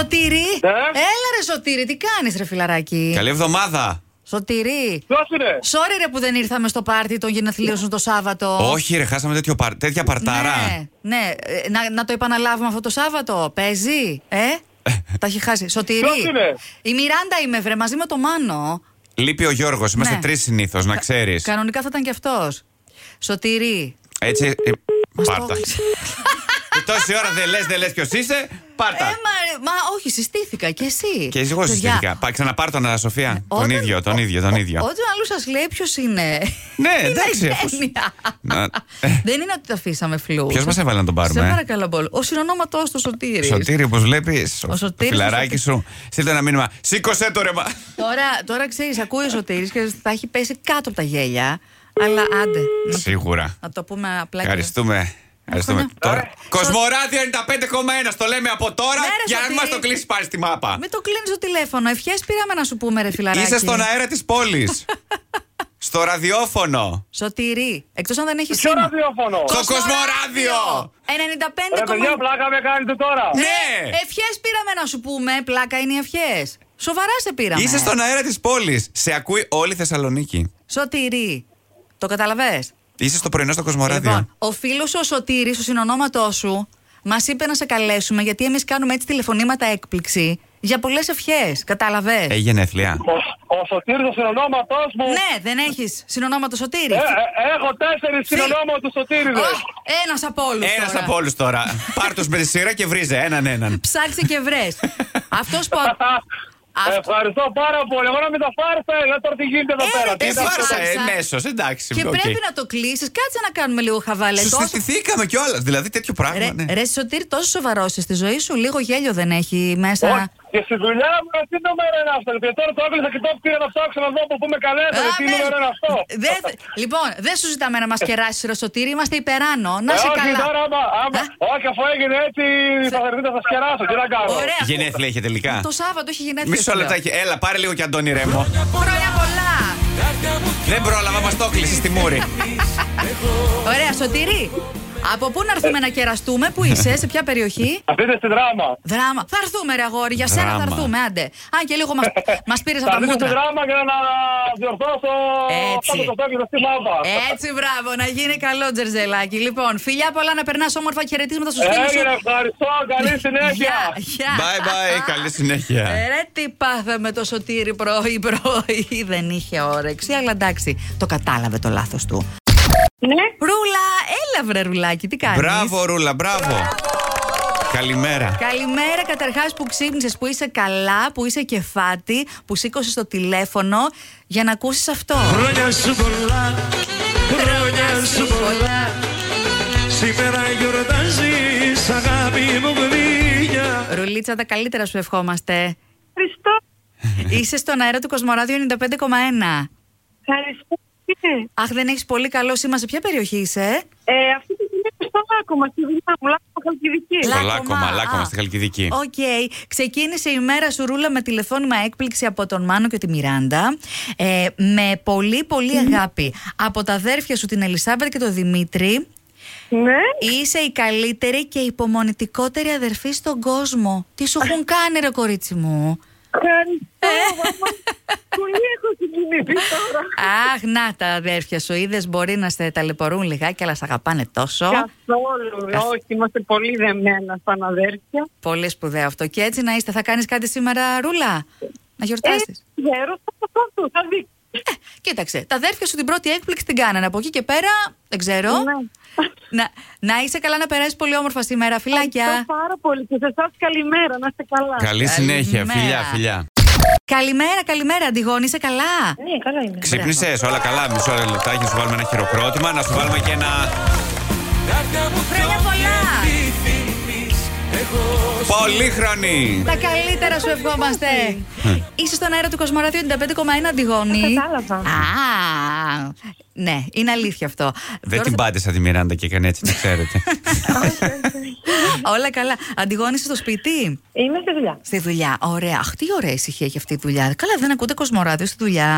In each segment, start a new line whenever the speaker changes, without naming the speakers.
Σωτήρι!
Ναι.
Έλα ρε Σωτήρι, τι κάνεις ρε φιλαράκι.
Ε? Καλή εβδομάδα.
Σωτήρι!
Ποιο είναι?
Sorry ρε που δεν ήρθαμε στο πάρτι των γενεθλίων σου το Σάββατο.
Όχι, ρε, χάσαμε τέτοιο παρ- τέτοια παρταρά.
Ναι, ναι. Ε, Να, να το επαναλάβουμε αυτό το Σάββατο. Παίζει, ε? Τα έχει χάσει. Σωτήρι.
Ποιος είναι?
Η Μιράντα είμαι, βρε, μαζί με το Μάνο.
Λείπει ο Γιώργος. Είμαστε
Ναι.
τρεις συνήθως, να ξέρεις.
Κανονικά θα ήταν και αυτός. Σωτήρι.
Έτσι. ε,
μας το
Πάρτα.
έκλεισε.
Και τόση ώρα δεν λες, δεν λες ποιος είσαι.
Ε,
Πάρτα.
μα, μα όχι, συστήθηκα και εσύ.
Και εγώ
Παιδιά, Ε,
συστήθηκα. Πά, ξαναπάρ τον Ανα Σοφία. Τον
όταν-
ίδιο, τον ίδιο, τον
ο-
ίδιο.
Όταν ο άλλος σας λέει ποιος είναι.
Ναι,
είναι
εντάξει, αφού-
ασθένεια.
Να- ε.
Δεν είναι ότι το αφήσαμε φλού.
Ποιος μας έβαλε να τον πάρουμε,
Σε
ε?
παρακαλώ πολύ. Ο συνονόματός του Σωτήρης.
Σωτήρι, όπως βλέπεις.
Ο Σωτήρης,
Φιλαράκι
ο
σου. Στείλτε ένα μήνυμα. Σήκωσε το ρε. μα.
Τώρα, τώρα ξέρεις, ακούει ο Σωτήρης και θα έχει πέσει κάτω από τα γέλια. Αλλά άντε. να-
Σίγουρα.
Να το πούμε απλά και.
Ευχαριστούμε. Ευχαριστούμε.
Ευχαριστώ.
Τώρα. Κοσμοράδιο 95,1. Το λέμε από τώρα
Ναι, ρε,
για να μην μα
Σωτήρη.
το κλείσει πάλι στη μάπα.
Μην το κλείνεις το τηλέφωνο. Ευχές πήραμε να σου πούμε, ρε φιλαράκι.
Είσαι στον αέρα της πόλης. Στο ραδιόφωνο.
Σωτήρι. Εκτός αν δεν έχεις
Ποιο
σήμα.
ραδιόφωνο?
Στο Κοσμοράδιο.
95,1.
Ρε παιδιά, πλάκα με κάνετε τώρα.
Ναι!
Ευχές Ε, πήραμε να σου πούμε. Πλάκα είναι οι ευχές. Σοβαρά σε πήραμε.
Είσαι στον αέρα της πόλης. Σε ακούει όλη η Θεσσαλονίκη.
Σωτήρι. Το καταλαβέ.
Είσαι στο πρωινό στο Κοσμοράδιο.
ο φίλος ο Σωτήρης, ο συνονόματός σου, μας είπε να σε καλέσουμε γιατί εμείς κάνουμε έτσι τηλεφωνήματα έκπληξη για πολλές ευχές. Κατάλαβες.
Ε, γενέθλια.
Ο- Ο Σωτήρης ο συνονόματός μου.
Ναι, δεν έχεις συνονόματο Σωτήρη.
Ε, ε, έχω
Ναι.
τέσσερις συνονόμους του Σωτήριδες.
Ένας από όλους.
Ένας από όλους τώρα. Πάρ τους με τη σειρά και βρίζε έναν έναν.
Ψάξε και βρες. Αυτός που. α-
Ε,
αυτό-
Ευχαριστώ πάρα πολύ. Εγώ να μην τα φάρσα, να τώρα τι γίνεται εδώ
Ε,
πέρα.
ρε,
Τι
Τι
δεν
είναι αυτό?
φάρσα,
φάρσα.
εμέσω, εντάξει.
Και
οκ.
πρέπει να το κλείσεις. Κάτσε να κάνουμε λίγο χαβάλε.
Σου
Τόσο-
συστηθήκαμε κιόλας. Δηλαδή τέτοιο πράγμα.
Ρε,
ναι.
ρε Σωτήρη, τόσο σοβαρός είσαι στη ζωή σου. Λίγο γέλιο δεν έχει μέσα.
Όχι, Και στη δουλειά μου, ρε, τι νούμερο είναι αυτό. Γιατί τώρα το έκλεισα και το πήγα να ψάξω να δω που πούμε
Α,
καλέσατε. Τι
ναι.
νούμερο είναι αυτό.
Δεν θε- λοιπόν, δεν σου ζητάμε να μας κεράσει, Ρε Σωτήρη. Είμαστε υπεράνω. Να
Ε,
σε
όχι,
καλά.
τώρα άμα, άμα,
Α?
όχι, αφού έγινε έτσι, θα έρθει να σας κεράσω. Τι να κάνω.
Ωραία.
Γενέθλια είχε τελικά.
Το Σάββατο έχει γενέθλια.
Μισό
σου λέω.
λεπτάκι. Έλα, πάρε λίγο κι Αντώνη Ρέμο.
Χρόνια πολλά.
Δεν πρόλαβα, μας το κλείσει στη μούρη.
Ωραία, Σωτήρη. Από πού να έρθουμε να κεραστούμε, πού είσαι, σε ποια περιοχή.
Αυτή είναι στη δράμα.
Δράμα. Θα έρθουμε, ρε αγόρι, για σένα θα
Δράμα.
έρθουμε, άντε. Α, και λίγο μας πήρε από
Θα
τα
δείτε στη
μούτρα.
δράμα για να διορθώσω
Έτσι.
αυτό που το έκλεισα στη μάπα.
Έτσι, μπράβο, να γίνει καλό τζερζελάκι. Λοιπόν, φιλιά πολλά να περνάς όμορφα χαιρετίσματα στους φίλους σου.
Ε, Έγινε, ευχαριστώ, καλή συνέχεια.
Γεια, γεια.
Bye bye, καλή συνέχεια.
Ε, Ρε τι πάθε με το σωτήρι πρωί πρωί Δεν είχε όρεξη αλλά εντάξει Το κατάλαβε το λάθος του
Ναι,
Ρούλα έλα βρε ρουλάκι τι κάνεις
Μπράβο, Ρούλα, μπράβο. Καλημέρα.
Καλημέρα καταρχάς που ξύπνησες Που είσαι καλά, που είσαι κεφάτη Που σήκωσες το τηλέφωνο Για να ακούσεις αυτό
Χρόνια σου πολλά, χρόνια σου πολλά Σήμερα γιορτάζεις αγάπη μου γλυκιά
Ρουλίτσα τα καλύτερα σου ευχόμαστε
Χριστό.
Είσαι στον αέρα του Κοσμοράδιο 95,1
Ευχαριστώ.
Αχ δεν έχεις πολύ καλό σήμα Σε ποια περιοχή είσαι ε?
Ε, αυτή τη στιγμή είμαι στο Λάκωμα, στη δουλειά μου, Λάκωμα Χαλκιδική.
Στο Λάκωμα, Λάκωμα,
α.
στη Χαλκιδική.
Οκ. Ξεκίνησε η μέρα σου ρούλα με τηλεφώνημα έκπληξη από τον Μάνο και τη Μιράντα. Ε, με πολύ πολύ αγάπη. από τα αδέρφια σου την Ελισάβετ και τον Δημήτρη.
Ναι.
Είσαι η καλύτερη και υπομονητικότερη αδερφή στον κόσμο. Τι σου έχουν κάνει ρε κορίτσι μου.
Ευχαριστώ. μαμά. Πολύ έχω συγκινηθεί τώρα.
Αχ, να τα αδέρφια σου. Είδες μπορεί να σε ταλαιπωρούν λιγάκι, αλλά σε αγαπάνε τόσο.
Καθόλου. Όχι, είμαστε πολύ δεμένα σαν αδέρφια.
Πολύ σπουδαίο αυτό. Και έτσι να είστε, θα κάνεις κάτι σήμερα, Ρούλα. Να
Ε,
γιορτάσει.
ξέρω, θα το πω, θα δείξω.
Ε, κοίταξε, τα αδέρφια σου την πρώτη έκπληξη την κάνανε. Από εκεί και πέρα, δεν ξέρω.
Ναι.
Να, να είσαι καλά, να περάσεις πολύ όμορφα σήμερα.
Ευχαριστώ
Φιλάκια.
πάρα πολύ και σε εσάς καλημέρα, να είστε καλά.
Καλή συνέχεια,
Καλημέρα.
φιλιά, φιλιά.
καλημέρα, καλημέρα, Αντιγόνη, είσαι καλά.
Ναι, καλά είμαι.
Ξύπνησες, όλα καλά. Μισό λεπτάκι να σου βάλουμε ένα χειροκρότημα, να σου βάλουμε και ένα.
Ναι,
Χρόνια πολλά.
Πολύχρονη!
Τα καλύτερα σου ευχόμαστε. Είσαι στον αέρα του Κοσμοράδιο 95,1 Αντιγόνη.
Ναι. Κατάλαβα.
Α, ναι, είναι αλήθεια αυτό.
Δεν
Τώρα
την
θα-
πάτησα τη Μιράντα και έκανε έτσι, να ξέρετε.
Όλα καλά. Αντιγόνη, είσαι στο σπίτι.
Είμαι στη δουλειά.
Στη δουλειά. Ωραία. Αχ, τι ωραία ησυχία έχει αυτή η δουλειά. Καλά, δεν ακούτε Κοσμοράδιο στη
Ναι.
δουλειά.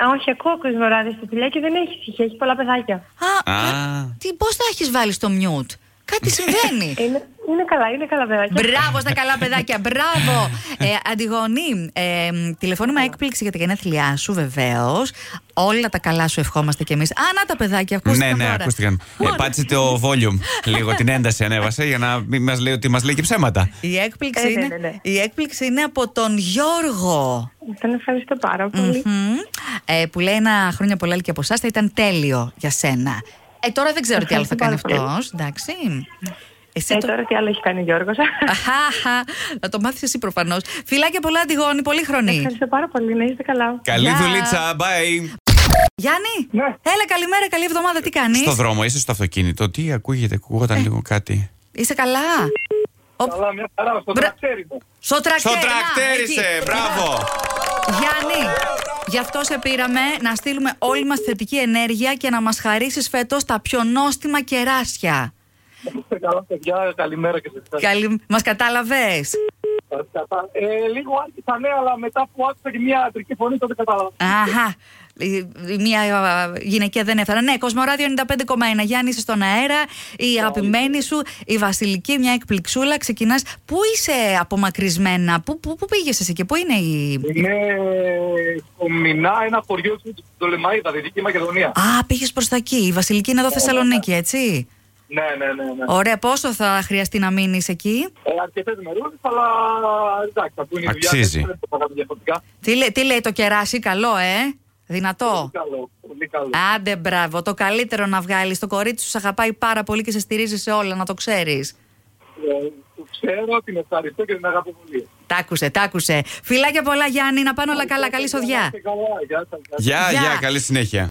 Α, όχι, ακούω κοσμοράδι στη δουλειά και δεν έχει ησυχία, έχει πολλά παιδάκια.
Α,
Α.
κα- τι, πώς τα έχεις βάλει στο μιούτ. Κάτι συμβαίνει.
Ε,
Είναι, Είναι καλά, είναι καλά παιδάκια.
Μπράβο στα καλά παιδάκια, μπράβο. Ε, Αντιγονή, ε, τηλεφώνημα έκπληξη για τα γενέθλιά σου, βεβαίως. Όλα τα καλά σου ευχόμαστε κι εμείς. Α, να τα παιδάκια, ακούστηκαν.
Ναι, ναι,
τώρα.
ακούστηκαν. Ε,
Μόνο.
πάτσε το volume λίγο, την ένταση ανέβασε για να μην μας λέει ότι μας λέει και ψέματα.
Η έκπληξη,
Ε, ναι,
είναι,
ναι, ναι.
η έκπληξη είναι από τον Γιώργο.
Τον ευχαριστώ πάρα πολύ.
Μμμ. Ε, που λέει ένα χρόνια πολλά και από εσάς θα ήταν τέλειο για σένα. Ε, τώρα δεν ξέρω τι άλλο θα κάνει
Ευχαριστώ πάρα
αυτός. Εντάξει. Εσύ
Ε,
το...
τώρα τι άλλο έχει κάνει ο Γιώργος.
Αχάχα, να το μάθεις εσύ προφανώς. Φιλάκια πολλά, Αντιγόνη, πολύ χρονή.
Ευχαριστώ πάρα πολύ, να είστε καλά.
Καλή
Γεια.
δουλίτσα, bye.
Γιάννη,
Ναι.
έλα καλημέρα, καλή εβδομάδα, τι κάνεις.
Στο δρόμο, είσαι στο αυτοκίνητο. Τι ακούγεται,
Ε.
ακούγονταν λίγο κάτι.
Είσαι καλά.
Καλά, μια χαρά, στο
Μπρα-
τρακτέρι μου.
Στο τρακτέρι.
Στο
να,
τρακτέρισε,
εκεί.
μπράβο.
Γιάννη, γι' αυτό σε πήραμε να στείλουμε όλη μας θετική ενέργεια και να μας χαρίσεις φέτος τα πιο νόστιμα κεράσια.
Είστε καλά, παιδιά, καλημέρα και σε εσάς.
Καλη... Μας κατάλαβες.
Κατά- Ε, λίγο άρχισα ναι, αλλά μετά που άκουσα και μια αντρική φωνή, τότε κατάλαβα.
Αχα. Μια ε, γυναικεία δεν έφτανα. Ναι, Κοσμοράδιο 95,1. Γιάννη, είσαι στον αέρα. Η αγαπημένη σου, η Βασιλική, μια εκπληξούλα. Ξεκινάς. Πού είσαι απομακρυσμένα, πού, πού, πού πήγες εσύ και πού είναι η.
Είναι στο Μινά, ένα χωριό του Τολεμαίδα, Δυτική Μακεδονία.
Α, πήγες προς τα εκεί. Η Βασιλική
Ε,
είναι εδώ Θεσσαλονίκη, έτσι.
Ναι, ναι, ναι. ναι.
Ωραία, πόσο θα χρειαστεί να μείνεις εκεί.
Ε, Αρκετές μερούλε, αλλά εντάξει, θα πούνε
Αξίζει.
Δεν θα κάνουμε διαφορετικά.
Τι, λέ- τι λέει το κεράσι, καλό, ε. Δυνατό.
Πολύ καλό, πολύ καλό.
Άντε, μπράβο. Το καλύτερο να βγάλεις. Το κορίτσι σου σε αγαπάει πάρα πολύ και σε στηρίζει σε όλα, να το ξέρεις.
Ε, το ξέρω, την ευχαριστώ και την αγαπώ πολύ.
Τ' άκουσε, τ' άκουσε. Φιλάκια πολλά, Γιάννη. Να πάνε όλα καλά. Καλή σοδιά.
Ε, Καλά, γεια σας, γεια σας.
Γεια,
Γεια.
γεια, καλή συνέχεια.